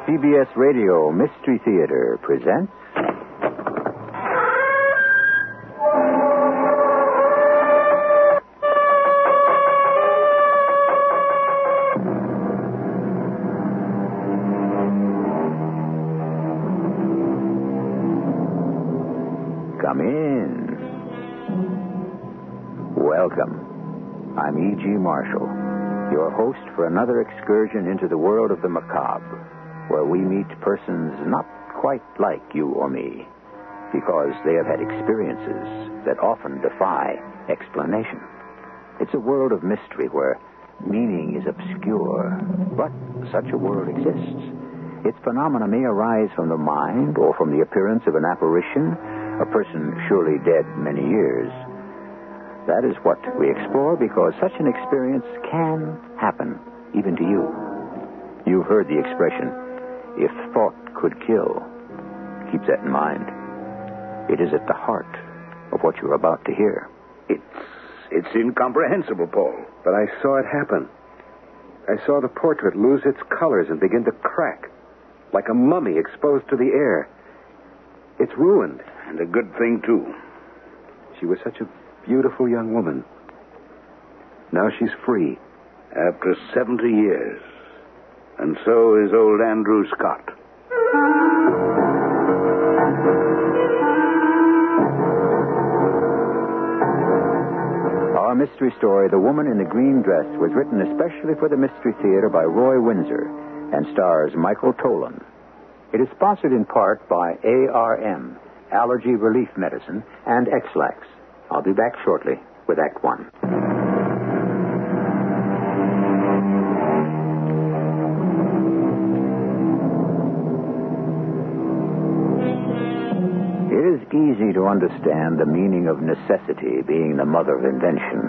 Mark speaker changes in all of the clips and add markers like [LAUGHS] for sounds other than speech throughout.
Speaker 1: CBS Radio Mystery Theater presents. Come in. Welcome. I'm E.G. Marshall, your host for another excursion into the world of the macabre, where we meet persons not quite like you or me, because they have had experiences that often defy explanation. It's a world of mystery where meaning is obscure, but such a world exists. Its phenomena may arise from the mind or from the appearance of an apparition, a person surely dead many years. That is what we explore because such an experience can happen, even to you. You've heard the expression, if thought could kill. Keep that in mind. It is at the heart of what you're about to hear.
Speaker 2: It's it's incomprehensible, Paul.
Speaker 3: But I saw it happen. I saw the portrait lose its colors and begin to crack, like a mummy exposed to the air. It's ruined.
Speaker 2: And a good thing, too.
Speaker 3: She was such a beautiful young woman. Now she's free.
Speaker 2: After 70 years. And so is old Andrew Scott.
Speaker 1: Our mystery story, The Woman in the Green Dress, was written especially for the Mystery Theater by Roy Windsor and stars Michael Tolan. It is sponsored in part by ARM, Allergy Relief Medicine, and Exlax. I'll be back shortly with Act One. It is easy to understand the meaning of necessity being the mother of invention.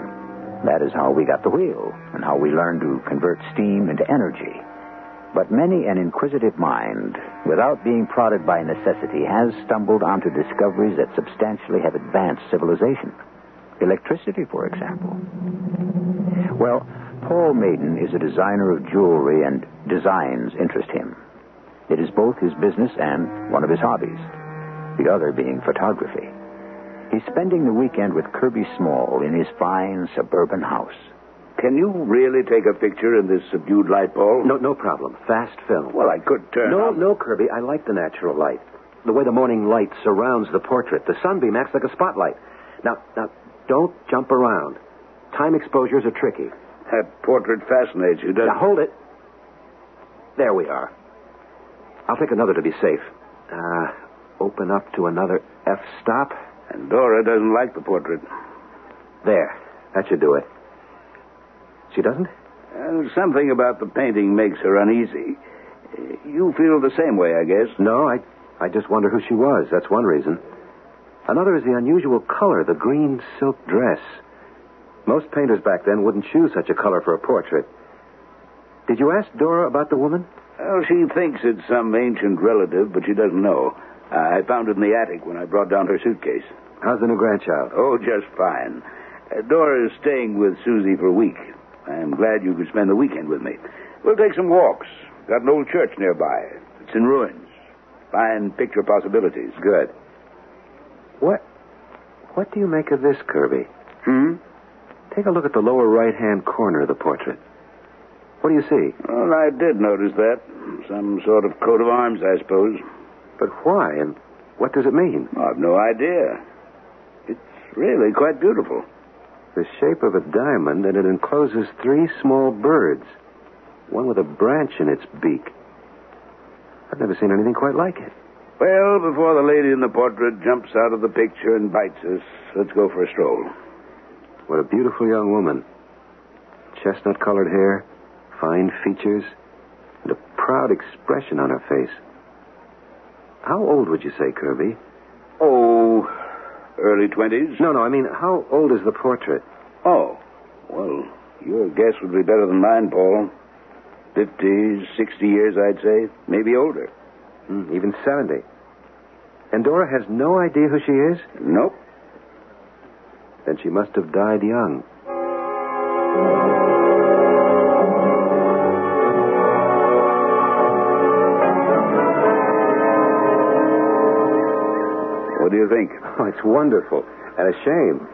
Speaker 1: That is how we got the wheel and how we learned to convert steam into energy. But many an inquisitive mind, without being prodded by necessity, has stumbled onto discoveries that substantially have advanced civilization. Electricity, for example. Well, Paul Maiden is a designer of jewelry, and designs interest him. It is both his business and one of his hobbies, the other being photography. He's spending the weekend with Kirby Small in his fine suburban house.
Speaker 2: Can you really take a picture in this subdued light, Paul?
Speaker 3: No, no problem. Fast film.
Speaker 2: Well, I could uh, turn.
Speaker 3: No,
Speaker 2: on-
Speaker 3: no, Kirby. I like the natural light. The way the morning light surrounds the portrait. The sunbeam acts like a spotlight. Now, now, don't jump around. Time exposures are tricky.
Speaker 2: That portrait fascinates you, doesn't
Speaker 3: Now, hold it. There we are. I'll take another to be safe. Uh, open up to another F stop.
Speaker 2: it? And Dora doesn't like the portrait.
Speaker 3: There. That should do it. She doesn't?
Speaker 2: Uh, something about the painting makes her uneasy. Uh, You feel the same way, I guess.
Speaker 3: No, I, I just wonder who she was. That's one reason. Another is the unusual color, the green silk dress. Most painters back then wouldn't choose such a color for a portrait. Did you ask Dora about the woman?
Speaker 2: Well, she thinks it's some ancient relative, but she doesn't know. I found it in the attic when I brought down her suitcase.
Speaker 3: How's the new grandchild?
Speaker 2: Oh, just fine. Uh, Dora is staying with Susie for a week. I'm glad you could spend the weekend with me. We'll take some walks. Got an old church nearby. It's in ruins. Fine picture possibilities.
Speaker 3: Good. What, what do you make of this, Kirby?
Speaker 2: Hmm?
Speaker 3: Take a look at the lower right-hand corner of the portrait. What do you see?
Speaker 2: Well, I did notice that. Some sort of coat of arms, I suppose.
Speaker 3: But why, and what does it mean?
Speaker 2: I've no idea. It's really quite beautiful.
Speaker 3: The shape of a diamond, and it encloses three small birds, one with a branch in its beak. I've never seen anything quite like it.
Speaker 2: Well, before the lady in the portrait jumps out of the picture and bites us, let's go for a stroll.
Speaker 3: What a beautiful young woman. Chestnut colored hair, fine features, and a proud expression on her face. How old would you say, Kirby?
Speaker 2: Oh, early 20s?
Speaker 3: No, no, I mean, how old is the portrait?
Speaker 2: Oh, well, your guess would be better than mine, Paul. Fifty, sixty years, I'd say. Maybe older.
Speaker 3: Hmm, even 70. And Dora has no idea who she is?
Speaker 2: Nope.
Speaker 3: Then she must have died young.
Speaker 4: do you think?
Speaker 3: [LAUGHS] Oh, it's wonderful. And a shame.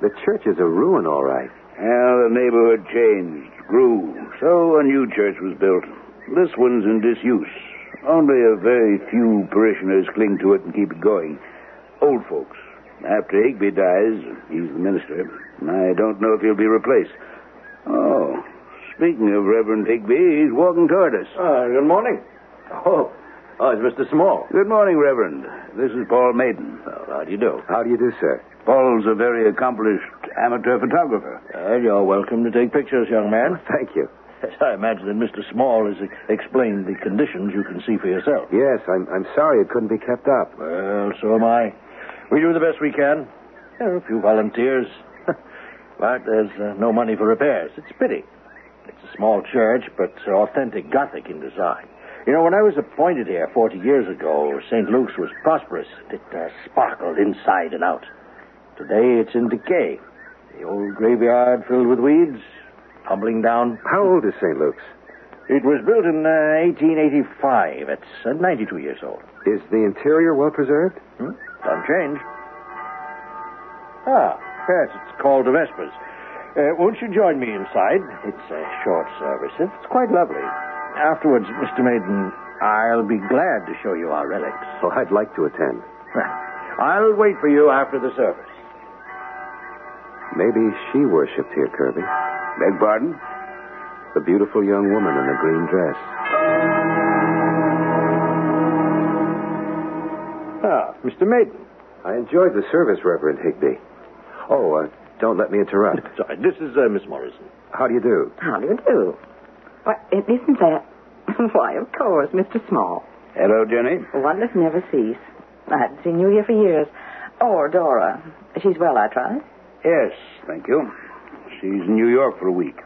Speaker 3: The church is a ruin, all right.
Speaker 4: Well, the neighborhood changed, grew. So a new church was built. This one's in disuse. Only a very few parishioners cling to it and keep it going. Old folks. After Higby dies, he's the minister. I don't know if he'll be replaced. Oh, speaking of Reverend Higby, he's walking toward us.
Speaker 2: Uh, good morning. Oh, oh, it's Mr. Small.
Speaker 4: Good morning, Reverend. This is Paul Maiden.
Speaker 2: how do you do?
Speaker 3: How do you do, sir? [LAUGHS]
Speaker 4: Paul's a very accomplished amateur photographer.
Speaker 2: Uh, you're welcome to take pictures, young man.
Speaker 3: Oh,
Speaker 2: [LAUGHS]
Speaker 3: Thank you.
Speaker 2: Yes, I imagine that Mr. Small has ex- explained the conditions you can see for yourself.
Speaker 3: Yes, I'm, I'm sorry it couldn't be kept up.
Speaker 2: Well, so am I. We do the best we can. There are a few volunteers. [LAUGHS] but there's uh, no money for repairs. It's a pity. It's a small church, but authentic Gothic in design. You know, when I was appointed here 40 years ago, St. Luke's was prosperous. It uh, sparkled inside and out. Today, it's in decay. The old graveyard filled with weeds, tumbling down.
Speaker 3: How old is St. Luke's?
Speaker 2: It was built in uh, 1885. It's uh, 92 years old.
Speaker 3: Is the interior well preserved?
Speaker 2: Hmm? Unchanged. Ah, yes, it's called to Vespers. Uh, won't you join me inside? It's a short service. It's quite lovely. Afterwards, Mr. Maiden, I'll be glad to show you our relics.
Speaker 3: Oh, I'd like to attend.
Speaker 2: I'll wait for you after the service.
Speaker 3: Maybe she worshipped here, Kirby.
Speaker 4: Beg pardon?
Speaker 3: The beautiful young woman in the green dress.
Speaker 2: Ah, Mr. Maiden.
Speaker 3: I enjoyed the service, Reverend Higby. Oh, uh, don't let me interrupt.
Speaker 2: Sorry, this is uh, Miss Morrison.
Speaker 3: How do you do?
Speaker 5: How do you do? Why, isn't that? [LAUGHS] Why, of course, Mr. Small.
Speaker 4: Hello, Jenny.
Speaker 5: Wonders never cease. I haven't seen you here for years. Or Dora. She's well, I trust.
Speaker 4: Yes, thank you. She's in New York for a week.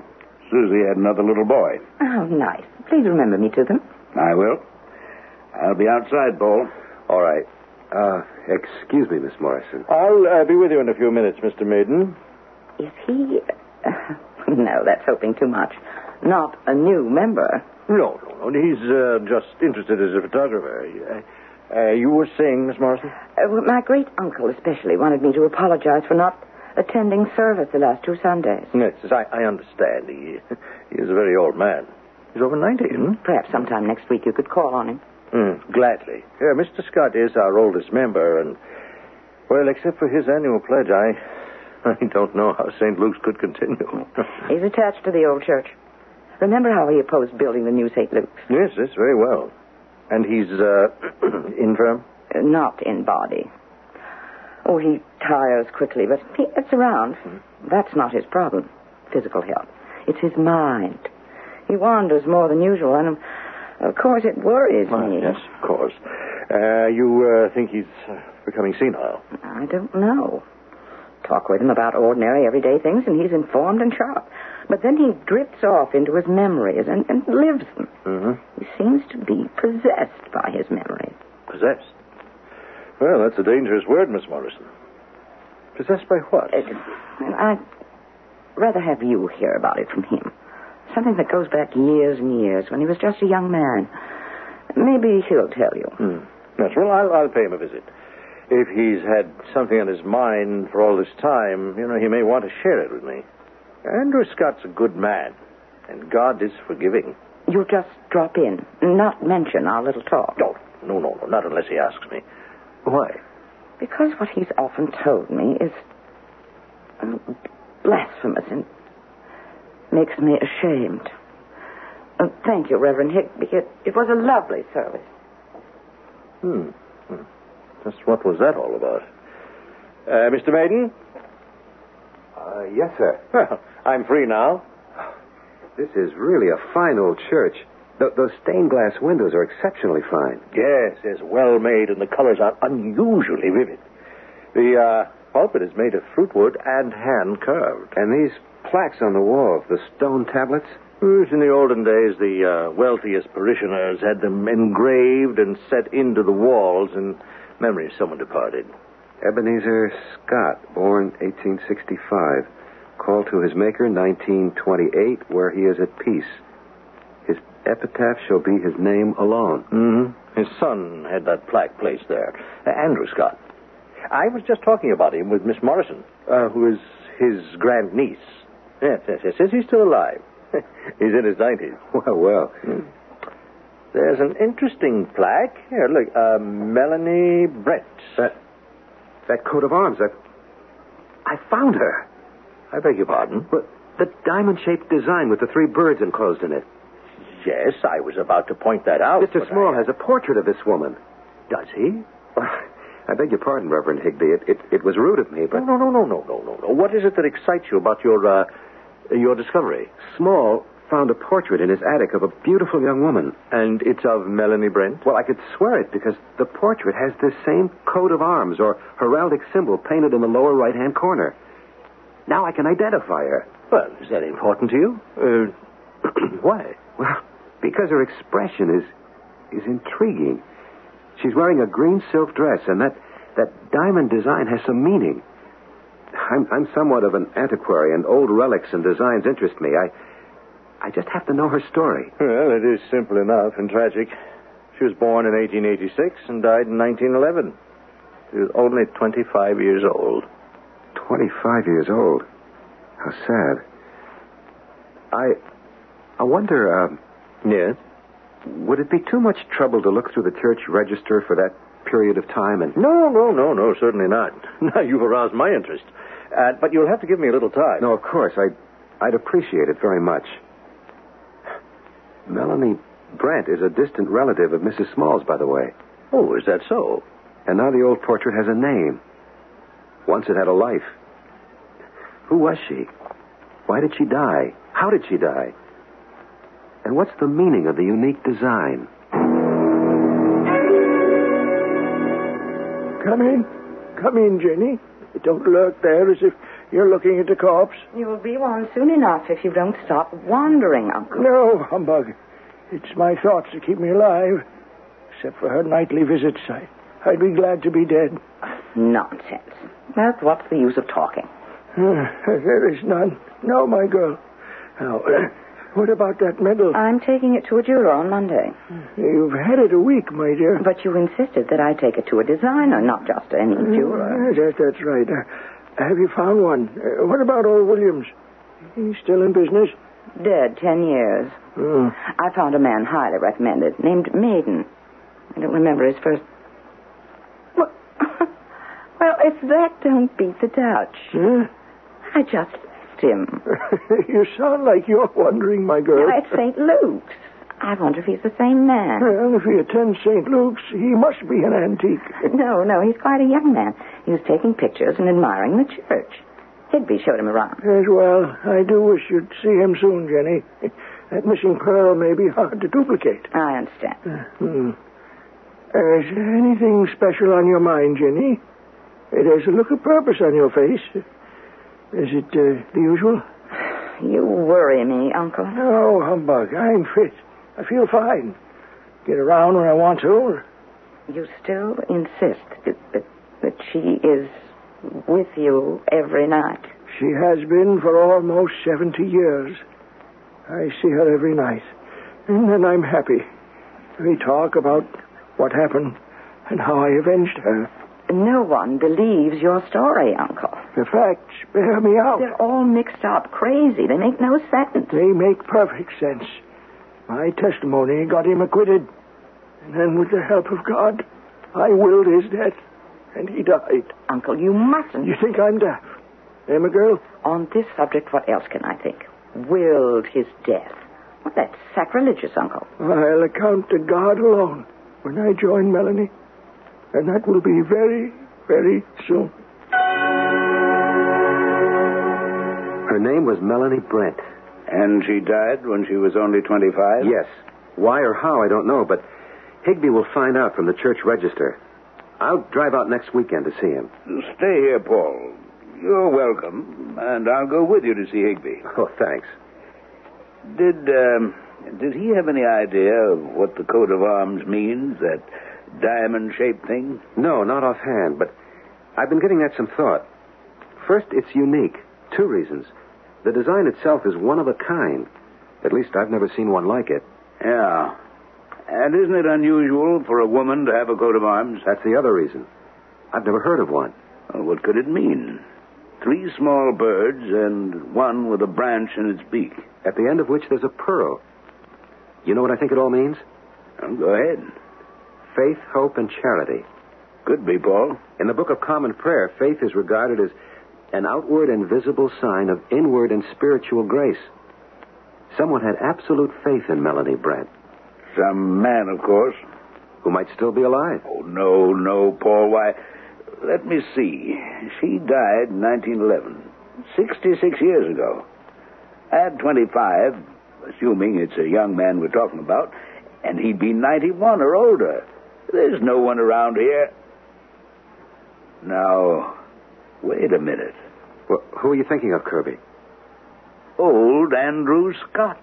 Speaker 4: Susie had another little boy.
Speaker 5: Oh, nice. Please remember me to them.
Speaker 4: I will. I'll be outside, Paul.
Speaker 3: All right. Uh, excuse me, Miss Morrison.
Speaker 2: I'll uh, be with you in a few minutes, Mr. Maiden.
Speaker 5: Is he? [LAUGHS] no, that's hoping too much. Not a new member.
Speaker 2: No, no, no. He's uh, just interested as a photographer. Uh, uh, you were saying, Miss Morrison?
Speaker 5: Uh, well, my great uncle especially wanted me to apologize for not attending service the last two Sundays.
Speaker 2: Yes, I, I understand. He, [LAUGHS] he is a very old man. He's over 90, hmm?
Speaker 5: Perhaps sometime next week you could call on him.
Speaker 2: Mm, gladly. Yeah, Mr. Scott is our oldest member, and, well, except for his annual pledge, I, [LAUGHS] I don't know how St. Luke's could [LAUGHS] continue.
Speaker 5: He's attached to the old church. Remember how he opposed building the new St. Luke's?
Speaker 2: yes, yes, very well. And he's uh, [CLEARS THROAT] infirm?
Speaker 5: Uh, Not in body. Oh, he tires quickly, but he gets around. That's not his problem, physical health. It's his mind. He wanders more than usual, and um, of course it worries me.
Speaker 2: Ah, yes, of course. Uh, you uh, think he's uh, becoming senile?
Speaker 5: I don't know. Talk with him about ordinary, everyday things, and he's informed and sharp. But then he drifts off into his memories and, and lives them.
Speaker 2: Mm-hmm.
Speaker 5: He seems to be possessed by his memories.
Speaker 2: Possessed? Well, that's a dangerous word, Miss Morrison. Possessed by what?
Speaker 5: It, and I'd rather have you hear about it from him. Something that goes back years and years when he was just a young man. Maybe he'll tell you.
Speaker 2: Hmm. Yes, well, I'll, I'll pay him a visit. If he's had something on his mind for all this time, you know, he may want to share it with me. Andrew Scott's a good man, and God is forgiving.
Speaker 5: You just drop in, not mention our little talk.
Speaker 2: No, no, no, no, not unless he asks me. Why?
Speaker 5: Because what he's often told me is um, blasphemous and makes me ashamed. Uh, thank you, Reverend Higby. It, it was a lovely service.
Speaker 2: Hmm. Hmm. Just what was that all about? Uh, Mr. Maiden?
Speaker 3: Uh, yes, sir.
Speaker 2: Well, I'm free now.
Speaker 3: This is really a fine old church. Th- those stained glass windows are exceptionally fine.
Speaker 2: Yes, yes, well made, and the colors are unusually vivid. The uh, pulpit is made of fruit wood and hand curved.
Speaker 3: And these plaques on the walls, the stone tablets,
Speaker 2: In the olden days, the uh, wealthiest parishioners had them engraved and set into the walls in memory of someone departed.
Speaker 3: Ebenezer Scott, born 1865. Called to his maker 1928, where he is at peace. His epitaph shall be his name alone. [LAUGHS]
Speaker 2: Mm-hmm. His son had that plaque placed there, Andrew Uh, Scott.
Speaker 6: I was just talking about him with Miss Morrison, uh, who is his grandniece. Yes, yes, yes, yes. He's still
Speaker 2: [LAUGHS]
Speaker 6: alive. he's in his 90s.
Speaker 3: Well, well.
Speaker 6: There's an interesting plaque. Here, look. Uh, Melanie Brett.
Speaker 3: That coat of arms, that. I found her.
Speaker 6: I beg your pardon?
Speaker 3: Well, the diamond shaped design with the three birds enclosed in it.
Speaker 6: Yes, I was about to point that out.
Speaker 3: Mr.
Speaker 6: but I-
Speaker 3: Small has a portrait of this woman.
Speaker 6: Does he?
Speaker 3: [LAUGHS] I beg your pardon, Reverend Higby. It, it, it was rude of me, but.
Speaker 6: No, no, no, no, no, no, no. What is it that excites you about your, uh, your discovery?
Speaker 3: Small found a portrait in his attic of a beautiful young woman.
Speaker 6: And it's of Melanie Brent?
Speaker 3: Well, I could swear it because the portrait has this same coat of arms or heraldic symbol painted in the lower right hand corner. Now I can identify her.
Speaker 6: Well, is that important to you? [CLEARS THROAT] Uh, why?
Speaker 3: Well, because her expression is is intriguing. She's wearing a green silk dress, and that that diamond design has some meaning. I'm I'm somewhat of an antiquary, and old relics and designs interest me. I I just have to know her story.
Speaker 6: Well, it is simple enough and tragic. She was born in 1886 and died in 1911. She was only 25 years old.
Speaker 3: Twenty-five years old. How sad. I I wonder. Um,
Speaker 6: Yes?
Speaker 3: would it be too much trouble to look through the church register for that period of time? And
Speaker 6: No, no, no, no, certainly not. [LAUGHS] Now, you've aroused my interest. Uh, but you'll have to give me a little time.
Speaker 3: No, of course. I, I'd appreciate it very much. Melanie Brent is a distant relative of Mrs. Smalls, by the way.
Speaker 6: Oh, is that so?
Speaker 3: And now the old portrait has a name. Once it had a life. Who was she? Why did she die? How did she die? And what's the meaning of the unique design?
Speaker 2: Come in. Come in, Jenny. Don't lurk there as if you're looking at a corpse.
Speaker 5: You will be one soon enough if you don't stop wandering, Uncle.
Speaker 2: No, humbug. It's my thoughts that keep me alive. Except for her nightly visits, I, I'd be glad to be dead.
Speaker 5: Nonsense. That's what's the use of talking.
Speaker 2: Uh, [LAUGHS] there is none. No, my girl. Now, [CLEARS THROAT] uh, what about that medal?
Speaker 5: I'm taking it to a jeweler on Monday.
Speaker 2: You've had it a week, my dear.
Speaker 5: But you insisted that I take it to a designer, not just any jeweler.
Speaker 2: Mm-hmm. Yes, yes, that's right. Uh, have you found one? Uh, what about old Williams? He's still in business.
Speaker 5: Dead ten years.
Speaker 2: Hmm.
Speaker 5: I found a man highly recommended named Maiden. I don't remember his first. Well, [LAUGHS] well if that don't beat the Dutch,
Speaker 2: Huh? [LAUGHS]
Speaker 5: I just left him.
Speaker 2: you sound like you're wondering, my girl.
Speaker 5: Now, at St. Luke's. I wonder if he's the same man.
Speaker 2: Well, if he attends St. Luke's, he must be an antique.
Speaker 5: No, no, he's quite a young man. He was taking pictures and admiring the church. Higby showed him around.
Speaker 2: Yes, well, I do wish you'd see him soon, Jenny. That missing pearl may be hard to duplicate.
Speaker 5: I understand.
Speaker 2: Hmm. Uh, is there anything special on your mind, Jenny? Uh, There's a look of purpose on your face. Is it uh, the usual?
Speaker 5: You worry me, Uncle.
Speaker 2: No, humbug. I'm fit. I feel fine. Get around when I want to.
Speaker 5: You still insist that, that, that she is with you every night.
Speaker 2: She has been for almost 70 years. I see her every night. And then I'm happy. We talk about what happened and how I avenged her.
Speaker 5: No one believes your story, Uncle.
Speaker 2: The facts bear me out.
Speaker 5: They're all mixed up, crazy. They make no sense.
Speaker 2: They make perfect sense. My testimony got him acquitted. And then, with the help of God, I willed his death. And he died.
Speaker 5: Uncle, you mustn't.
Speaker 2: You think I'm daft? Eh, my girl?
Speaker 5: On this subject, what else can I think? Willed his death. Well, that's sacrilegious, Uncle.
Speaker 2: I'll account to God alone when I join Melanie. And that will be very, very soon.
Speaker 3: Her name was Melanie Brent.
Speaker 7: And she died when she was only 25?
Speaker 3: Yes. Why or how, I don't know, but Higby will find out from the church register. I'll drive out next weekend to see him.
Speaker 7: Stay here, Paul. You're welcome, and I'll go with you to see Higby.
Speaker 3: Oh, thanks.
Speaker 7: Did um, did he have any idea of what the coat of arms means? That diamond-shaped thing?
Speaker 3: No, not offhand, but I've been giving that some thought. First, it's unique. Two reasons. The design itself is one of a kind. At least I've never seen one like it.
Speaker 7: Yeah. And isn't it unusual for a woman to have a coat of arms?
Speaker 3: That's the other reason. I've never heard of one.
Speaker 7: Well, what could it mean? Three small birds and one with a branch in its beak.
Speaker 3: At the end of which there's a pearl. You know what I think it all means?
Speaker 7: Well, go ahead.
Speaker 3: Faith, hope, and charity.
Speaker 7: Could be, Paul.
Speaker 3: In the Book of Common Prayer, faith is regarded as an outward and visible sign of inward and spiritual grace. Someone had absolute faith in Melanie Brent,
Speaker 7: Some man, of course.
Speaker 3: who might still be alive.
Speaker 7: Oh, no, no, Paul. Why, let me see. She died in 1911, 66 years ago. At 25, assuming it's a young man we're talking about, and he'd be 91 or older. There's no one around here. Now, wait a minute.
Speaker 3: Well, who are you thinking of, Kirby?
Speaker 7: Old Andrew Scott.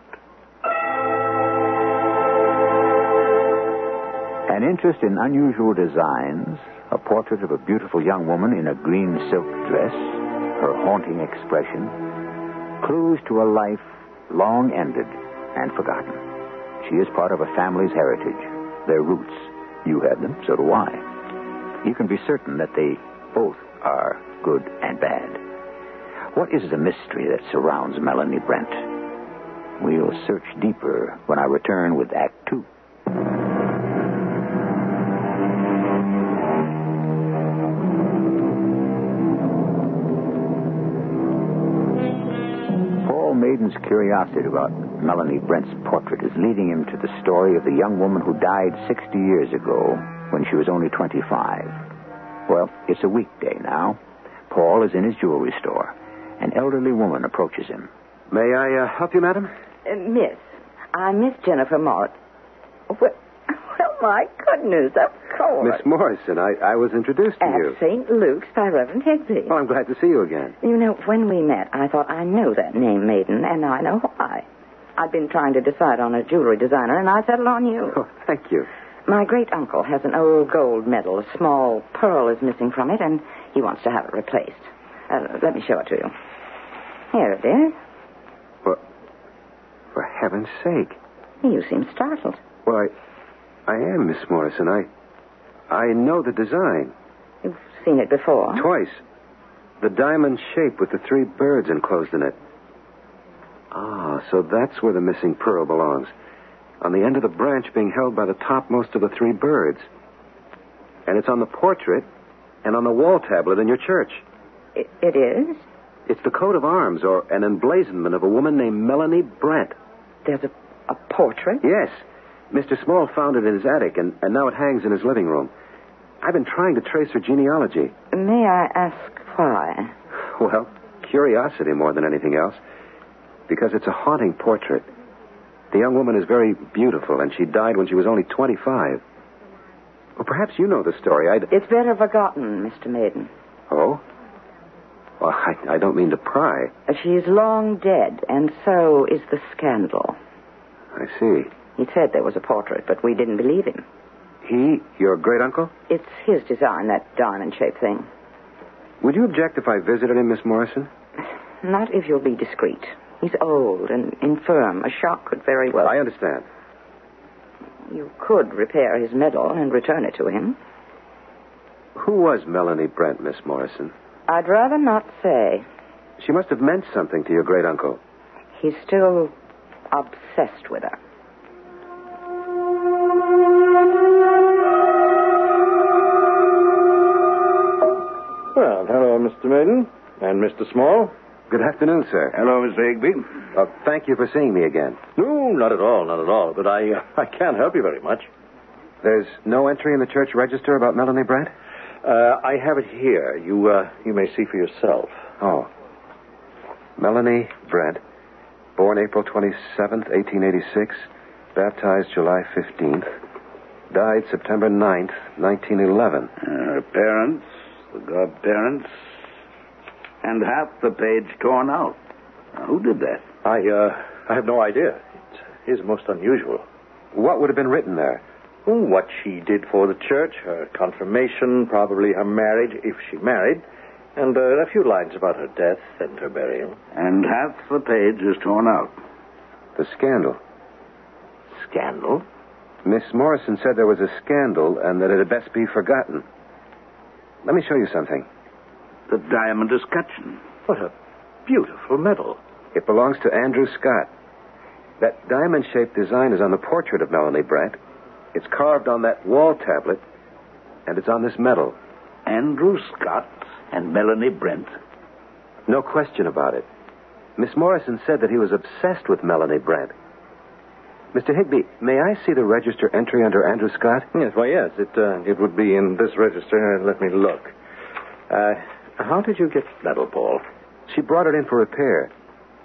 Speaker 1: An interest in unusual designs, a portrait of a beautiful young woman in a green silk dress, her haunting expression, clues to a life long ended and forgotten. She is part of a family's heritage, their roots. You had them, so do I. You can be certain that they both are good and bad. What is the mystery that surrounds Melanie Brent? We'll search deeper when I return with Act Two. Paul Maiden's curiosity about Melanie Brent's portrait is leading him to the story of the young woman who died 60 years ago when she was only 25. Well, it's a weekday now. Paul is in his jewelry store. An elderly woman approaches him.
Speaker 3: May I uh, help you, madam?
Speaker 5: Uh, miss, I miss Jennifer Mott. Well, [LAUGHS] well, my goodness, of course.
Speaker 3: Miss Morrison, I, I was introduced to you. Oh.
Speaker 5: At St. Luke's by Reverend Higby.
Speaker 3: Well, I'm glad to see you again.
Speaker 5: You know, when we met, I thought I know that name, Maiden, and I know why. I've been trying to decide on a jewelry designer, and I settled on you.
Speaker 3: Oh, thank you.
Speaker 5: My great uncle has an old gold medal. A small pearl is missing from it, and he wants to have it replaced. Uh, let me show it to you. Here it is.
Speaker 3: For, for heaven's sake.
Speaker 5: You seem startled.
Speaker 3: Well, I, I am, Miss Morrison. I, I know the design.
Speaker 5: You've seen it before.
Speaker 3: Twice. The diamond shape with the three birds enclosed in it. Ah, so that's where the missing pearl belongs. On the end of the branch being held by the topmost of the three birds. And it's on the portrait and on the wall tablet in your church.
Speaker 5: I- it is.
Speaker 3: It's the coat of arms or an emblazonment of a woman named Melanie Brent.
Speaker 5: There's a, a portrait.
Speaker 3: Yes. Mr. Small found it in his attic, and, and now it hangs in his living room. I've been trying to trace her genealogy. [LAUGHS]
Speaker 5: May I ask why?
Speaker 3: Well, curiosity more than anything else, because it's a haunting portrait. The young woman is very beautiful, and she died when she was only 25. Well, perhaps you know the story. I.
Speaker 5: It's better forgotten, Mr. Maiden.
Speaker 3: Oh? Well, I, I don't mean to pry.
Speaker 5: She's long dead, and so is the scandal.
Speaker 3: I see.
Speaker 5: He said there was a portrait, but we didn't believe him.
Speaker 3: He, your great uncle?
Speaker 5: It's his design, that diamond shaped thing.
Speaker 3: Would you object if I visited him, Miss Morrison?
Speaker 5: Not if you'll be discreet. He's old and infirm. A shock could very well.
Speaker 3: I understand.
Speaker 5: You could repair his medal and return it to him.
Speaker 3: Who was Melanie Brent, Miss Morrison?
Speaker 5: I'd rather not say.
Speaker 3: She must have meant something to your great uncle.
Speaker 5: He's still obsessed with her.
Speaker 6: Well, hello, Mr. Maiden. And Mr. Small?
Speaker 3: Good afternoon, sir.
Speaker 7: Hello, Mr. Higby.
Speaker 3: Uh, thank you for seeing me again.
Speaker 6: No, not at all, not at all. But I,
Speaker 8: [LAUGHS]
Speaker 6: uh, I can't help you very much.
Speaker 3: There's no entry in the church register about Melanie Brent?
Speaker 6: Uh, I have it here. You, uh, you may see for yourself.
Speaker 3: Oh. Melanie Brent, born April 27th, 1886, baptized July 15th, died September 9th, 1911.
Speaker 7: Her parents, the godparents, and half the page torn out. Now, who did that?
Speaker 6: I, uh, I have no idea. It is most unusual.
Speaker 3: What would have been written there?
Speaker 6: Oh, What she did for the church, her confirmation, probably her marriage, if she married, and uh, a few lines about her death and her burial.
Speaker 7: And half the page is torn out.
Speaker 3: The scandal.
Speaker 6: Scandal?
Speaker 3: Miss Morrison said there was a scandal and that it had best be forgotten. Let me show you something.
Speaker 7: The diamond escutcheon.
Speaker 6: What a beautiful medal.
Speaker 3: It belongs to Andrew Scott. That diamond shaped design is on the portrait of Melanie Brant. It's carved on that wall tablet, and it's on this medal.
Speaker 7: Andrew Scott and Melanie Brent.
Speaker 3: No question about it. Miss Morrison said that he was obsessed with Melanie Brant. Mr. Higby, may I see the register entry under Andrew Scott?
Speaker 8: [LAUGHS] Yes, why, yes. It, uh, it would be in this register. Let me look. Uh, how did you get the medal, Paul?
Speaker 3: She brought it in for repair.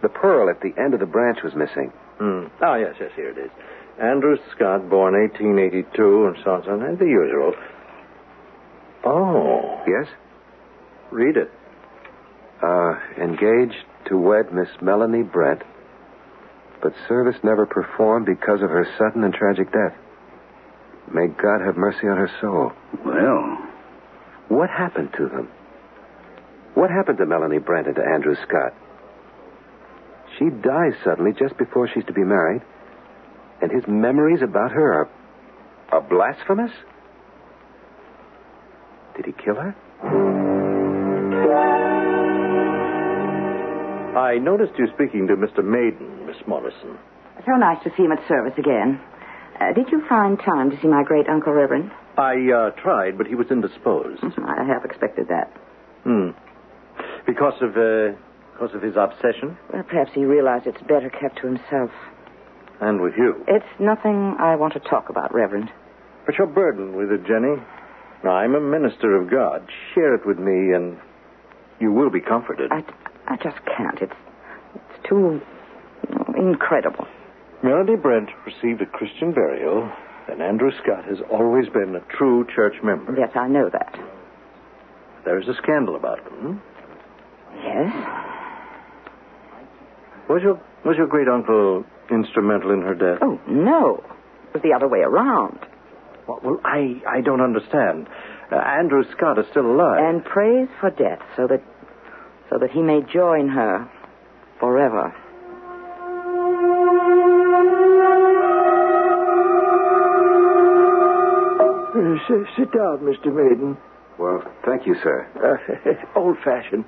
Speaker 3: The pearl at the end of the branch was missing.
Speaker 8: Hmm. Ah, yes, yes, here it is. Andrew Scott, born 1882, and so on, so on, and the usual. Oh.
Speaker 3: Yes?
Speaker 8: Read it.
Speaker 3: Uh, engaged to wed Miss Melanie Brent, but service never performed because of her sudden and tragic death. May God have mercy on her soul.
Speaker 7: Well,
Speaker 3: What happened to them? What happened to Melanie Brent and to Andrew Scott? She dies suddenly just before she's to be married, and his memories about her are, are blasphemous? Did he kill her?
Speaker 8: I noticed you speaking to Mr. Maiden, Miss Morrison.
Speaker 5: So nice to see him at service again. Uh, did you find time to see my great uncle Reverend?
Speaker 8: I uh, tried, but he was indisposed.
Speaker 5: I half expected that.
Speaker 8: Hmm. Because of, uh, because of his obsession?
Speaker 5: Well, perhaps he realized it's better kept to himself.
Speaker 8: And with you.
Speaker 5: It's nothing I want to talk about, Reverend.
Speaker 8: But you're burdened with it, Jenny. I'm a minister of God. Share it with me, and you will be comforted.
Speaker 5: I, I just can't. It's, it's too incredible.
Speaker 8: Melody Brent received a Christian burial, and Andrew Scott has always been a true church member.
Speaker 5: Yes, I know that.
Speaker 8: There is a scandal about them.
Speaker 5: Yes?
Speaker 8: Was your was your great uncle instrumental in her death?
Speaker 5: Oh, no. It was the other way around.
Speaker 8: Well, Oh, well, I I don't understand. Uh, Andrew Scott is still alive.
Speaker 5: And prays for death so that, so that he may join her forever.
Speaker 2: Uh, si- sit down, Mr. Maiden.
Speaker 3: Well, thank you, sir.
Speaker 2: Uh, [LAUGHS] old fashioned.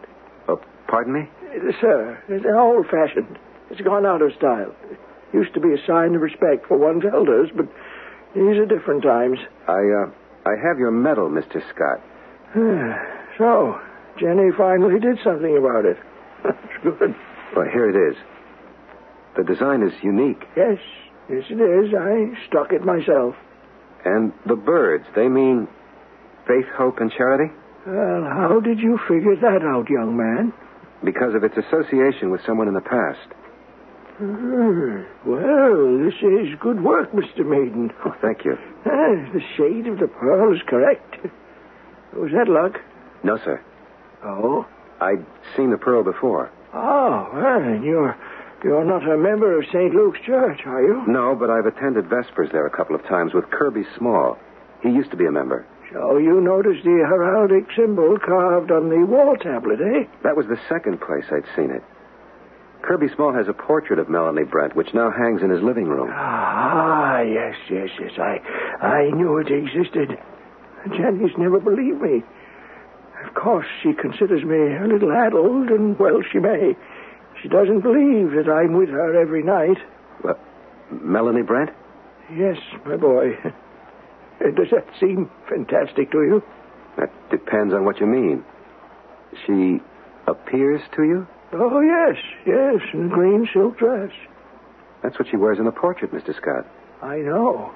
Speaker 3: Oh, pardon me?
Speaker 2: Uh, sir, it's old fashioned. It's gone out of style. It used to be a sign of respect for one's elders, but these are different times. [SIGHS]
Speaker 3: I, uh, I have your medal, Mr. Scott.
Speaker 2: so, Jenny finally did something about it. [LAUGHS] That's good.
Speaker 3: Well, here it is. The design is unique.
Speaker 2: Yes, yes, it is. I stuck it myself.
Speaker 3: And the birds, they mean faith, hope, and charity?
Speaker 2: Well, how did you figure that out, young man?
Speaker 3: Because of its association with someone in the past.
Speaker 2: Hmm. Well, this is good work, Mr. Maiden. [LAUGHS]
Speaker 3: Oh, thank you.
Speaker 2: Ah, the shade of the pearl is correct. Was that luck?
Speaker 3: No, sir.
Speaker 2: Oh?
Speaker 3: I'd seen the pearl before.
Speaker 2: Oh, well, then you're, you're not a member of St. Luke's Church, are you?
Speaker 3: No, but I've attended Vespers there a couple of times with Kirby Small. He used to be a member.
Speaker 2: So you noticed the heraldic symbol carved on the wall tablet, eh?
Speaker 3: That was the second place I'd seen it. Kirby Small has a portrait of Melanie Brent, which now hangs in his living room.
Speaker 2: Ah, yes, yes, yes. I, I knew it existed. Jenny's never believed me. Of course, she considers me a little addled, and well, she may. She doesn't believe that I'm with her every night.
Speaker 3: Well, Melanie Brent?
Speaker 2: Yes, my boy. [LAUGHS] Does that seem fantastic to you?
Speaker 3: That depends on what you mean. She appears to you?
Speaker 2: Oh, yes, yes, in a green silk dress.
Speaker 3: That's what she wears in the portrait, Mr. Scott.
Speaker 2: I know.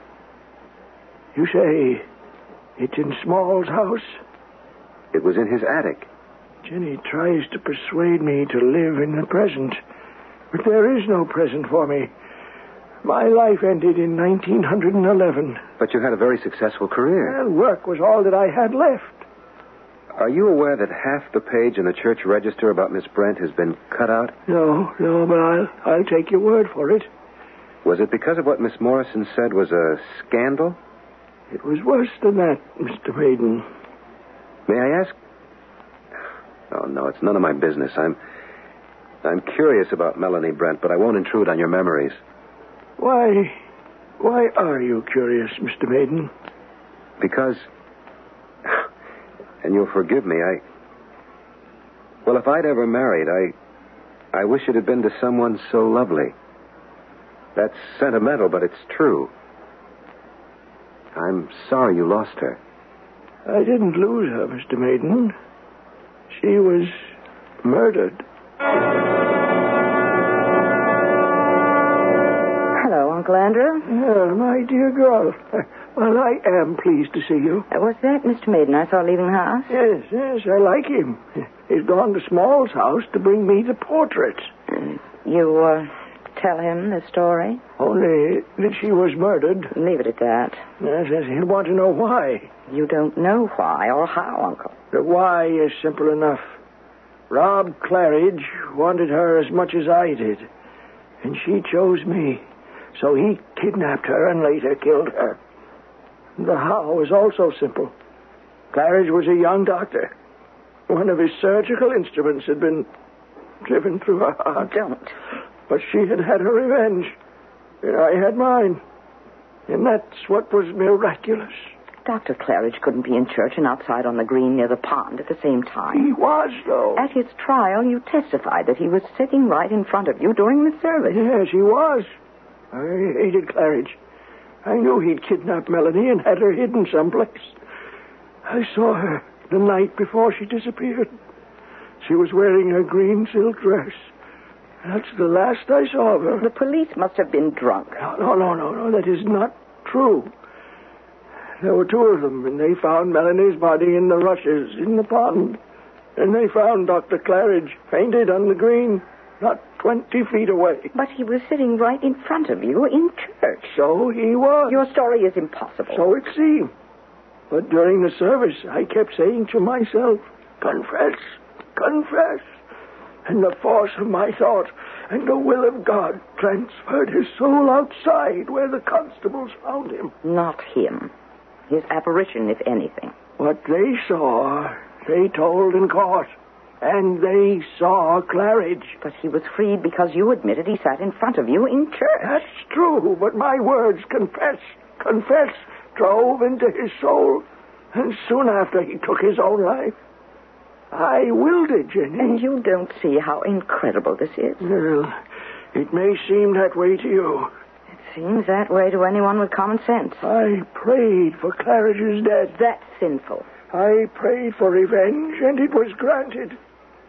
Speaker 2: You say it's in Small's house?
Speaker 3: It was in his attic.
Speaker 2: Jenny tries to persuade me to live in the present, but there is no present for me. My life ended in 1911,
Speaker 3: But you had a very successful career.
Speaker 2: and work was all that I had left.
Speaker 3: Are you aware that half the page in the church register about Miss Brent has been cut out?
Speaker 2: No, no, but I'll, I'll take your word for it.
Speaker 3: Was it because of what Miss Morrison said was a scandal?
Speaker 2: It was worse than that, Mr. Maiden.
Speaker 3: May I ask? Oh no, it's none of my business. I'm I'm curious about Melanie Brent, but I won't intrude on your memories.
Speaker 2: Why, why are you curious, Mr. Maiden?
Speaker 3: Because and you'll forgive me. I. Well, if I'd ever married, I. I wish it had been to someone so lovely. That's sentimental, but it's true. I'm sorry you lost her.
Speaker 2: I didn't lose her, Mr. Maiden. She was murdered.
Speaker 5: Hello, Uncle Andrew.
Speaker 2: Ah, my dear girl. [LAUGHS] Well, I am pleased to see you.
Speaker 5: Uh, Was that Mr. Maiden I saw leaving the house?
Speaker 2: Yes, yes, I like him. He's gone to Small's house to bring me the portraits.
Speaker 5: You, uh, tell him the story?
Speaker 2: Only that she was murdered.
Speaker 5: Leave it at that.
Speaker 2: Yes, yes, he'll want to know why.
Speaker 5: You don't know why or how, Uncle.
Speaker 2: The why is simple enough. Rob Claridge wanted her as much as I did, and she chose me. So he kidnapped her and later killed her. The how is also simple. Claridge was a young doctor. One of his surgical instruments had been driven through her heart.
Speaker 5: Don't.
Speaker 2: But she had had her revenge, and I had mine. And that's what was miraculous.
Speaker 5: Dr. Claridge couldn't be in church and outside on the green near the pond at the same time.
Speaker 2: He was, though.
Speaker 5: At his trial, you testified that he was sitting right in front of you during the service.
Speaker 2: Yes, he was. I hated Claridge. I knew he'd kidnapped Melanie and had her hidden someplace. I saw her the night before she disappeared. She was wearing her green silk dress. That's the last I saw of her.
Speaker 5: The police must have been drunk.
Speaker 2: No, no, no, no, no. That is not true. There were two of them, and they found Melanie's body in the rushes in the pond. And they found Dr. Claridge fainted on the green, not 20 feet away.
Speaker 5: But he was sitting right in front of you in church.
Speaker 2: So Oh, he was.
Speaker 5: Your story is impossible.
Speaker 2: So it seemed. But during the service, I kept saying to myself, confess, confess. And the force of my thought and the will of God transferred his soul outside where the constables found him.
Speaker 5: Not him. His apparition, if anything.
Speaker 2: What they saw, they told in court. And they saw Claridge.
Speaker 5: But he was freed because you admitted he sat in front of you in church.
Speaker 2: That's true, but my words, confess, confess, drove into his soul. And soon after, he took his own life. I willed it, Jenny.
Speaker 5: And you don't see how incredible this is.
Speaker 2: Well, it may seem that way to you.
Speaker 5: It seems that way to anyone with common sense.
Speaker 2: I prayed for Claridge's death.
Speaker 5: That's sinful.
Speaker 2: I prayed for revenge, and it was granted.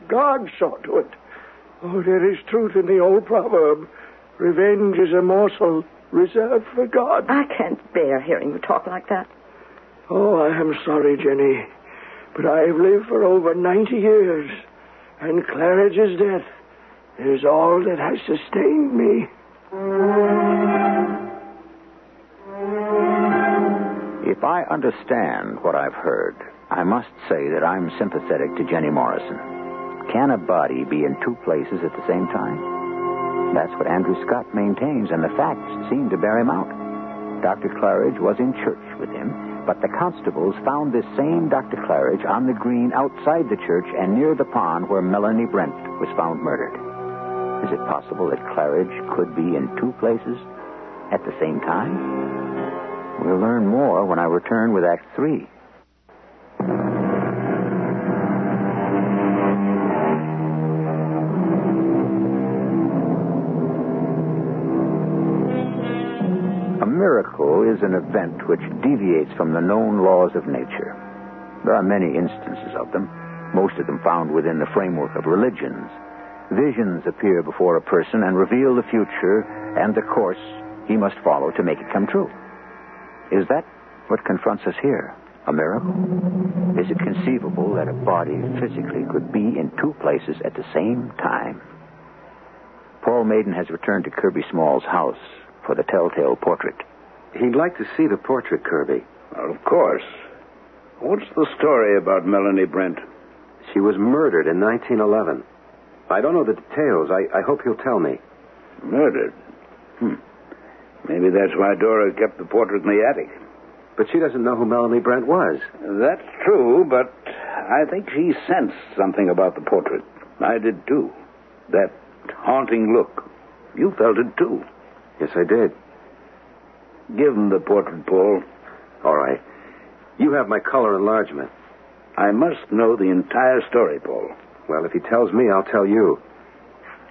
Speaker 2: God saw to it. Oh, there is truth in the old proverb revenge is a morsel reserved for God.
Speaker 5: I can't bear hearing you talk like that.
Speaker 2: Oh, I am sorry, Jenny, but I have lived for over 90 years, and Claridge's death is all that has sustained me.
Speaker 1: If I understand what I've heard, I must say that I'm sympathetic to Jenny Morrison. Can a body be in two places at the same time? That's what Andrew Scott maintains, and the facts seem to bear him out. Dr. Claridge was in church with him, but the constables found this same Dr. Claridge on the green outside the church and near the pond where Melanie Brent was found murdered. Is it possible that Claridge could be in two places at the same time? We'll learn more when I return with Act Three. A miracle is an event which deviates from the known laws of nature. There are many instances of them, most of them found within the framework of religions. Visions appear before a person and reveal the future and the course he must follow to make it come true. Is that what confronts us here? A miracle? Is it conceivable that a body physically could be in two places at the same time? Paul Maiden has returned to Kirby Small's house for the telltale portrait.
Speaker 3: He'd like to see the portrait, Kirby.
Speaker 7: Well, of course. What's the story about Melanie Brent?
Speaker 3: She was murdered in 1911. I don't know the details. I, I hope you'll tell me.
Speaker 7: Murdered. Hmm. Maybe that's why Dora kept the portrait in the attic.
Speaker 3: But she doesn't know who Melanie Brent was.
Speaker 7: That's true, but I think she sensed something about the portrait. I did too. That haunting look. You felt it too.
Speaker 3: Yes, I did.
Speaker 7: Give him the portrait, Paul.
Speaker 3: All right. You have my color enlargement.
Speaker 7: I must know the entire story, Paul.
Speaker 3: Well, if he tells me, I'll tell you.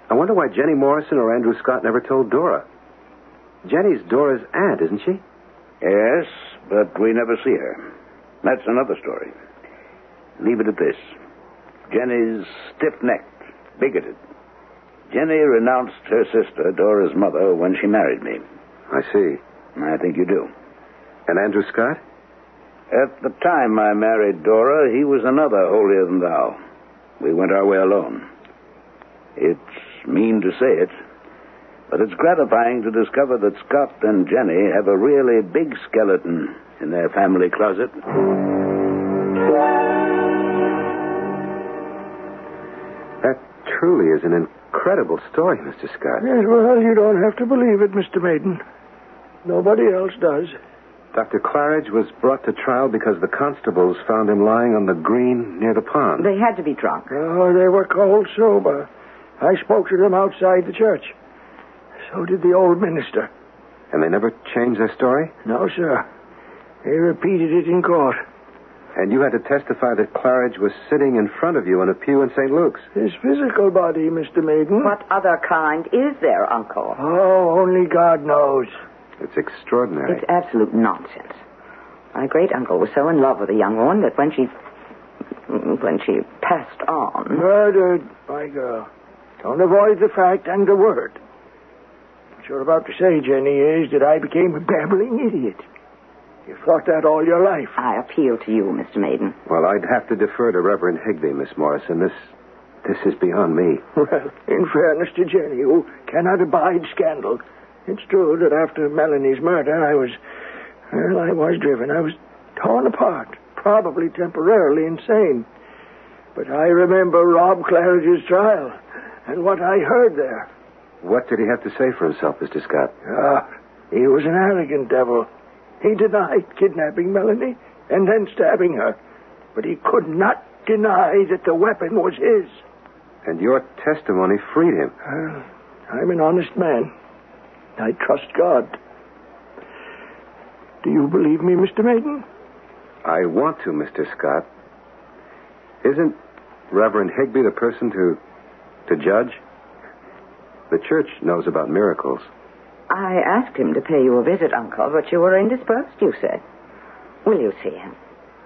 Speaker 3: I wonder why Jenny Morrison or Andrew Scott never told Dora. Jenny's Dora's aunt, isn't she?
Speaker 7: Yes, but we never see her. That's another story. Leave it at this. Jenny's stiff necked, bigoted. Jenny renounced her sister, Dora's mother, when she married me.
Speaker 3: I see.
Speaker 7: I think you do.
Speaker 3: And Andrew Scott?
Speaker 7: At the time I married Dora, he was another holier than thou. We went our way alone. It's mean to say it, but it's gratifying to discover that Scott and Jenny have a really big skeleton in their family closet.
Speaker 3: That truly is an incredible story, Mr. Scott.
Speaker 2: Yes, well, you don't have to believe it, Mr. Maiden. Nobody else does.
Speaker 3: Dr. Claridge was brought to trial because the constables found him lying on the green near the pond.
Speaker 5: They had to be drunk.
Speaker 2: Oh, they were cold sober. I spoke to them outside the church. So did the old minister.
Speaker 3: And they never changed their story?
Speaker 2: No, sir. They repeated it in court.
Speaker 3: And you had to testify that Claridge was sitting in front of you in a pew in St. Luke's.
Speaker 2: His physical body, Mr. Maiden.
Speaker 5: What other kind is there, Uncle?
Speaker 2: Oh, only God knows.
Speaker 3: It's extraordinary.
Speaker 5: It's absolute nonsense. My great uncle was so in love with a young woman that when she when she passed on,
Speaker 2: Murdered, my girl. Don't avoid the fact and the word. What you're about to say, Jenny, is that I became a babbling idiot. You've thought that all your life.
Speaker 5: I appeal to you, Mr. Maiden.
Speaker 3: Well, I'd have to defer to Reverend Higby, Miss Morrison. This this is beyond me.
Speaker 2: Well, in fairness to Jenny, who cannot abide scandal, it's true that after Melanie's murder, I was, well, I was driven. I was torn apart, probably temporarily insane. But I remember Rob Claridge's trial and what I heard there.
Speaker 3: What did he have to say for himself, Mr. Scott?
Speaker 2: Ah, he was an arrogant devil. He denied kidnapping Melanie and then stabbing her. But he could not deny that the weapon was his.
Speaker 3: And your testimony freed him.
Speaker 2: Well, Uh, I'm an honest man. I trust God. Do you believe me, Mr. Maiden?
Speaker 3: I want to, Mr. Scott. Isn't Reverend Higby the person to to judge? The church knows about miracles.
Speaker 5: I asked him to pay you a visit, Uncle, but you were indisposed, you said. Will you see him?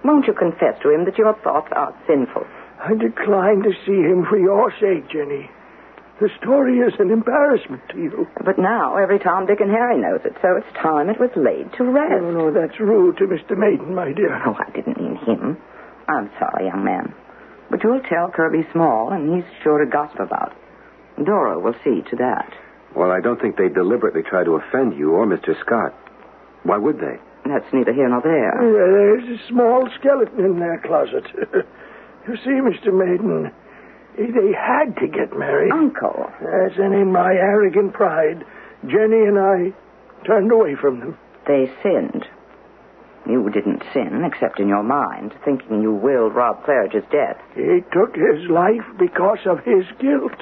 Speaker 5: Won't you confess to him that your thoughts are sinful?
Speaker 2: I decline to see him for your sake, Jenny. The story is an embarrassment to you.
Speaker 5: But now every Tom, Dick, and Harry knows it, so it's time it was laid to rest.
Speaker 2: Oh, no, that's rude to Mr. Maiden, my dear.
Speaker 5: Oh, I didn't mean him. I'm sorry, young man. But you'll tell Kirby Small, and he's sure to gossip about it. Dora will see to that.
Speaker 3: Well, I don't think they deliberately try to offend you or Mr. Scott. Why would they? [SIGHS]
Speaker 5: That's neither here nor
Speaker 2: Uh,
Speaker 5: there.
Speaker 2: There's a small skeleton in their closet. [LAUGHS] you see, Mr. Maiden, they had to get married.
Speaker 5: Uncle,
Speaker 2: As in my arrogant pride, Jenny and I turned away from them.
Speaker 5: they sinned. You didn't sin, except in your mind, thinking you willed Rob Claridge's death.
Speaker 2: He took his life because of his guilt.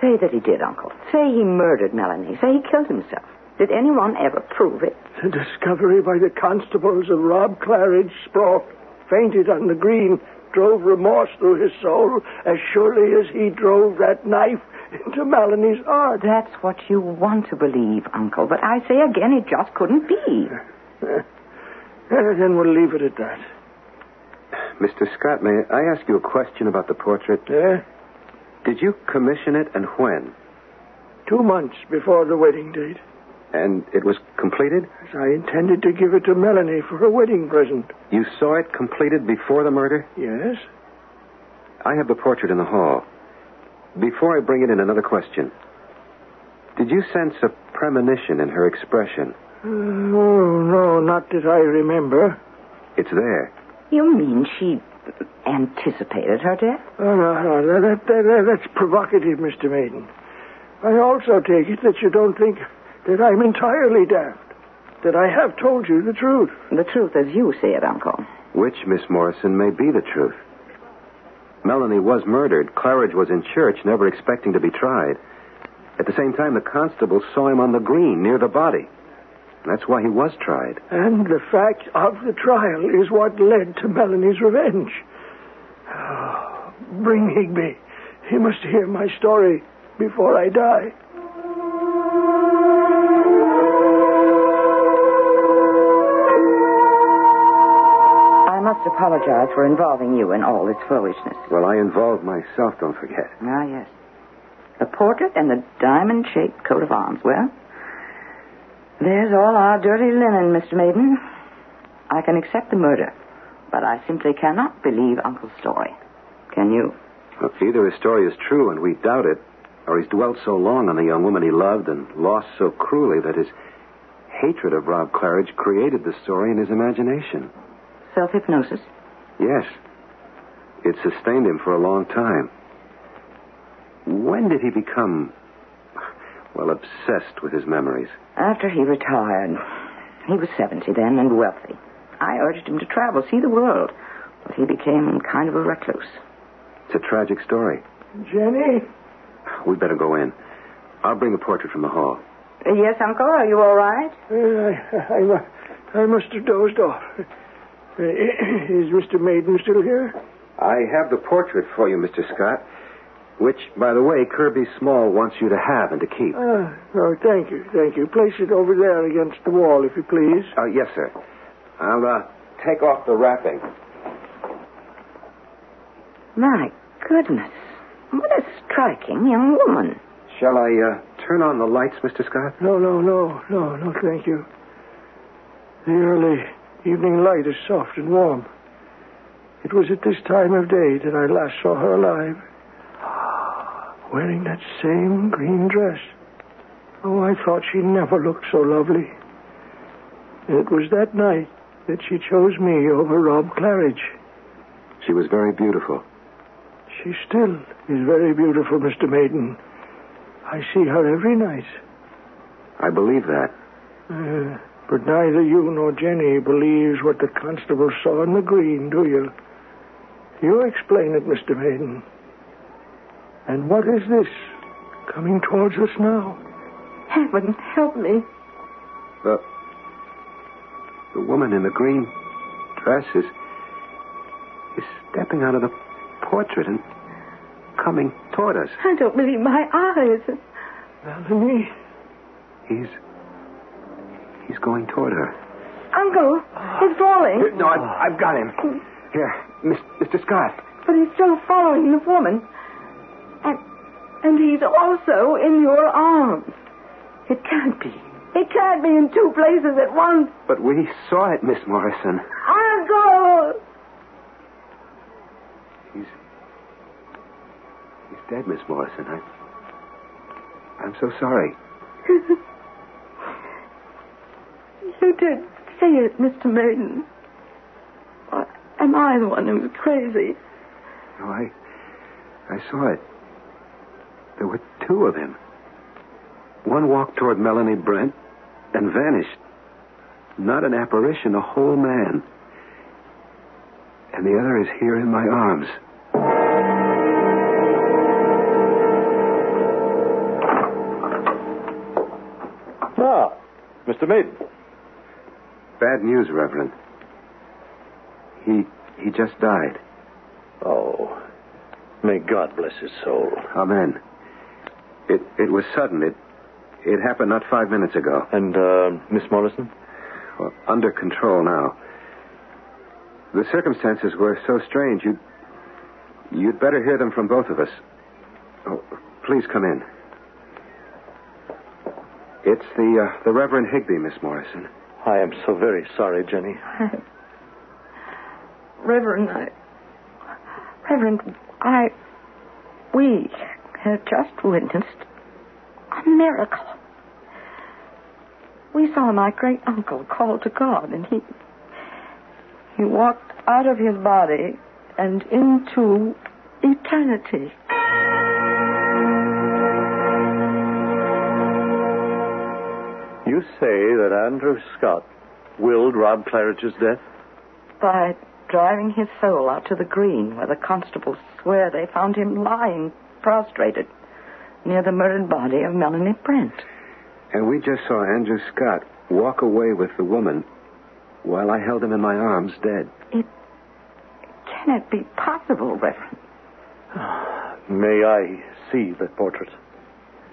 Speaker 5: Say that he did, Uncle. Say he murdered Melanie. Say he killed himself. Did anyone ever prove it?
Speaker 2: The discovery by the constables of Rob Claridge Spraw fainted on the green, drove remorse through his soul as surely as he drove that knife into Melanie's heart. [LAUGHS]
Speaker 5: That's what you want to believe, Uncle. But I say again, it just couldn't be.
Speaker 2: Eh, then we'll leave it at that.
Speaker 3: Mr. Scott, may I ask you a question about the portrait?
Speaker 2: Eh?
Speaker 3: Did you commission it and when?
Speaker 2: Two months before the wedding date,
Speaker 3: And it was completed?
Speaker 2: as I intended to give it to Melanie for a wedding present.
Speaker 3: You saw it completed before the murder?
Speaker 2: Yes?
Speaker 3: I have the portrait in the hall. Before I bring it in, another question. Did you sense a premonition in her expression?
Speaker 2: Uh, oh, no, not that I remember.
Speaker 3: It's there.
Speaker 5: You mean she anticipated her death?
Speaker 2: Oh, no, no, no, that, that, that- that's provocative, Mr. Maiden. I also take it that you don't think that I'm entirely daft, that I have told you the truth.
Speaker 5: The truth as you see it, Uncle.
Speaker 3: Which, Miss Morrison, may be the truth. Melanie was murdered. Claridge was in church, never expecting to be tried. At the same time, the constable saw him on the green near the body. That's why he was tried.
Speaker 2: And the fact of the trial is what led to Melanie's revenge. Oh, Bring Higby. He must hear my story before I die.
Speaker 5: I must apologize for involving you in all this foolishness.
Speaker 3: Well, I involved myself, don't forget.
Speaker 5: Ah, yes. The portrait and the diamond shaped coat of arms. Well, there's all our dirty linen, Mr. Maiden. I can accept the murder, but I simply cannot believe Uncle's story. Can you?
Speaker 3: Well, either his story is true and we doubt it, or he's dwelt so long on the young woman he loved and lost so cruelly that his hatred of Rob Claridge created the story in his imagination.
Speaker 5: Self hypnosis?
Speaker 3: Yes. It sustained him for a long time. When did he become, well, obsessed with his memories?
Speaker 5: After he retired. He was 70 then and wealthy. I urged him to travel, see the world, but he became kind of a recluse.
Speaker 3: It's a tragic story.
Speaker 2: Jenny?
Speaker 3: We'd better go in. I'll bring a portrait from the hall.
Speaker 5: Uh, Yes, Uncle, are you all right?
Speaker 2: Uh, I, I, mu- I must have dozed off. Uh, is Mr. Maiden still here?
Speaker 3: I have the portrait for you, Mr. Scott, which, by the way, Kirby Small wants you to have and to keep.
Speaker 2: Ah, oh, thank you, thank you. Place it over there against the wall, if you please.
Speaker 3: Uh, yes, sir. I'll uh, take off the wrapping.
Speaker 5: My goodness. What a striking young woman.
Speaker 3: Shall I uh, turn on the lights, Mr. Scott?
Speaker 2: No, no, no, no, no, thank you. The early evening light is soft and warm. It was at this time of day that I last saw her alive. Ah, Wearing that same green dress. Oh, I thought she never looked so lovely. It was that night that she chose me over Rob Claridge.
Speaker 3: She was very beautiful.
Speaker 2: She still is very beautiful, Mr. Maiden. I see her every night.
Speaker 3: I believe that.
Speaker 2: Uh, but neither you nor Jenny believes what the constable saw in the green, do you? You explain it, Mr. Maiden. And what is this coming towards us now?
Speaker 5: Heaven help me.
Speaker 3: The, the woman in the green dress is, is stepping out of the portrait and coming toward us.
Speaker 5: I don't believe my eyes.
Speaker 2: Melanie?
Speaker 3: He's. He's going toward her.
Speaker 5: Uncle, he's falling,
Speaker 3: No, I, I've got him. Here, Miss, Mr. Scott.
Speaker 5: but he's still following the woman. And, and he's also in your arms. It can't be. It can't be in two places at once.
Speaker 3: But we saw it, Miss Morrison.
Speaker 5: Uncle!
Speaker 3: He's. He's dead, Miss Morrison. I. I'm so sorry.
Speaker 5: You did say it, Mr. Maiden. Or am I the one who's crazy?
Speaker 3: No, I. I saw it. There were two of him. One walked toward Melanie Brent and vanished. Not an apparition, a whole man. And the other is here in my arms.
Speaker 8: Ah, Mr. Maiden.
Speaker 3: Bad news, Reverend. He he just died.
Speaker 8: Oh, may God bless his soul.
Speaker 3: Amen. It it was sudden. It it happened not five minutes ago.
Speaker 8: And, uh, Miss Morrison?
Speaker 3: Well, under control now. The circumstances were so strange. You you'd better hear them from both of us. Oh, please come in. It's the uh, the Reverend Higby, Miss Morrison.
Speaker 8: I am so very sorry, Jenny.
Speaker 5: Reverend, I. Reverend, I. We have just witnessed a miracle. We saw my great uncle call to God, and he. He walked out of his body and into eternity.
Speaker 8: You say that Andrew Scott willed Rob Claridge's death?
Speaker 5: by driving his soul out to the green where the constables swear they found him lying prostrated near the murdered body of Melanie Brent.
Speaker 3: And we just saw Andrew Scott walk away with the woman while I held him in my arms dead.
Speaker 5: Can it be possible, Reverend?
Speaker 8: May I see that portrait?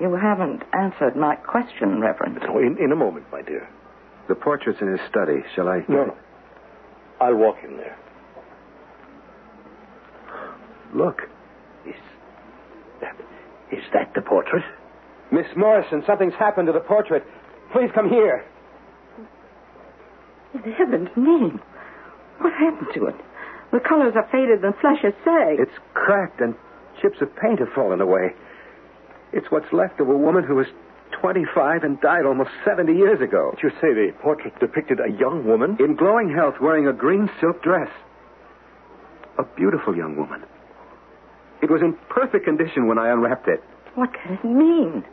Speaker 5: You haven't answered my question, Reverend.
Speaker 8: Oh, in, in a moment, my dear.
Speaker 3: The portrait's in his study. Shall I?
Speaker 8: No, no. I'll walk in there.
Speaker 3: Look.
Speaker 7: Is that, is that the portrait?
Speaker 3: Miss Morrison, something's happened to the portrait. Please come here.
Speaker 5: In heaven's name, what happened to it? The colors are faded, the flesh is sag.
Speaker 3: It's cracked and chips of paint have fallen away. It's what's left of a woman who was 25 and died almost 70 years ago.
Speaker 8: You say the portrait depicted a young woman?
Speaker 3: In glowing health, wearing a green silk dress. A beautiful young woman. It was in perfect condition when I unwrapped it.
Speaker 5: What can it mean?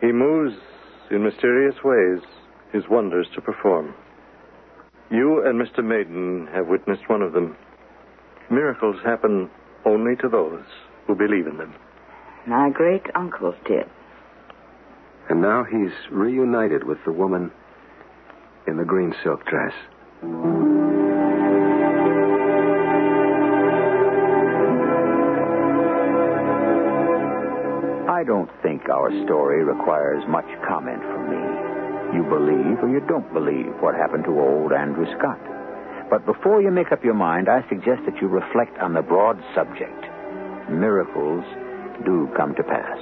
Speaker 8: He moves in mysterious ways, his wonders to perform. You and Mr. Maiden have witnessed one of them. Miracles happen only to those who believe in them.
Speaker 5: My great uncles did.
Speaker 3: And now he's reunited with the woman in the green silk dress.
Speaker 1: I don't think our story requires much comment from me. You believe or you don't believe what happened to old Andrew Scott. But before you make up your mind, I suggest that you reflect on the broad subject. Miracles do come to pass.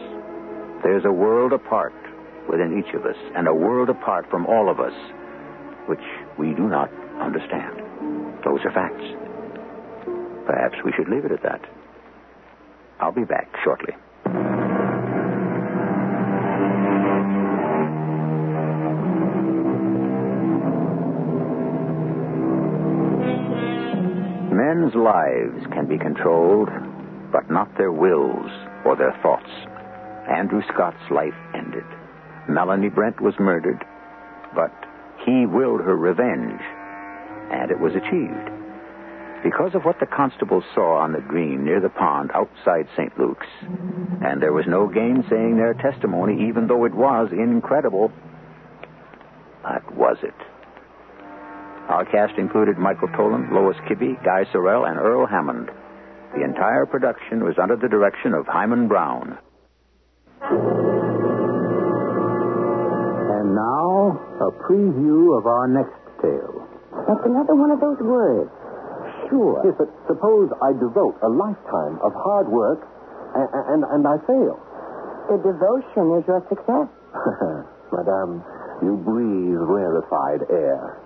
Speaker 1: There's a world apart within each of us, and a world apart from all of us, which we do not understand. Those are facts. Perhaps we should leave it at that. I'll be back shortly. Men's lives can be controlled, but not their wills or their thoughts. Andrew Scott's life ended. Melanie Brent was murdered, but he willed her revenge, and it was achieved. Because of what the constable saw on the green near the pond outside St. Luke's, and there was no gainsaying their testimony, even though it was incredible. But was it? Our cast included Michael Tolan, Lois Kibbe, Guy Sorrell, and Earl Hammond. The entire production was under the direction of Hyman Brown.
Speaker 9: And now, a preview of our next tale.
Speaker 10: That's another one of those words. Sure.
Speaker 9: Yes, but suppose I devote a lifetime of hard work and, and, and I fail.
Speaker 10: The devotion is your success.
Speaker 9: [LAUGHS] Madame, you breathe rarefied air.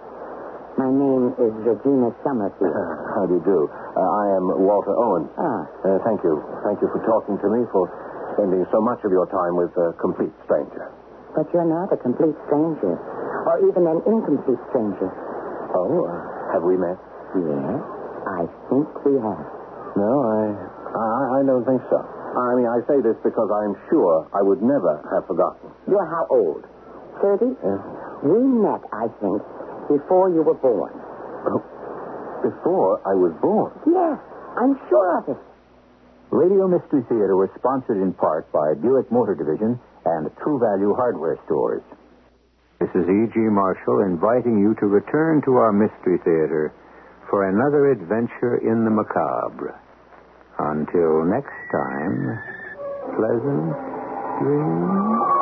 Speaker 10: My name is Regina Summerfield.
Speaker 9: [LAUGHS] How do you do? Uh, I am Walter Owen.
Speaker 10: Ah.
Speaker 9: Uh, thank you. Thank you for talking to me, for spending so much of your time with a complete stranger.
Speaker 10: But you're not a complete stranger, or even an incomplete stranger.
Speaker 9: Oh, uh, have we met?
Speaker 10: Yes, I think we have.
Speaker 9: No, I, I, I don't think so. I mean, I say this because I'm sure I would never have forgotten.
Speaker 10: You're how old? Thirty?
Speaker 9: Yes.
Speaker 10: We met, I think, before you were born.
Speaker 9: Before I was born.
Speaker 10: Yes, I'm sure of it.
Speaker 9: Radio Mystery Theater was sponsored in part by Buick Motor Division and True Value Hardware Stores.
Speaker 1: This is E.G. Marshall inviting you to return to our Mystery Theater for another adventure in the macabre. Until next time, pleasant dreams.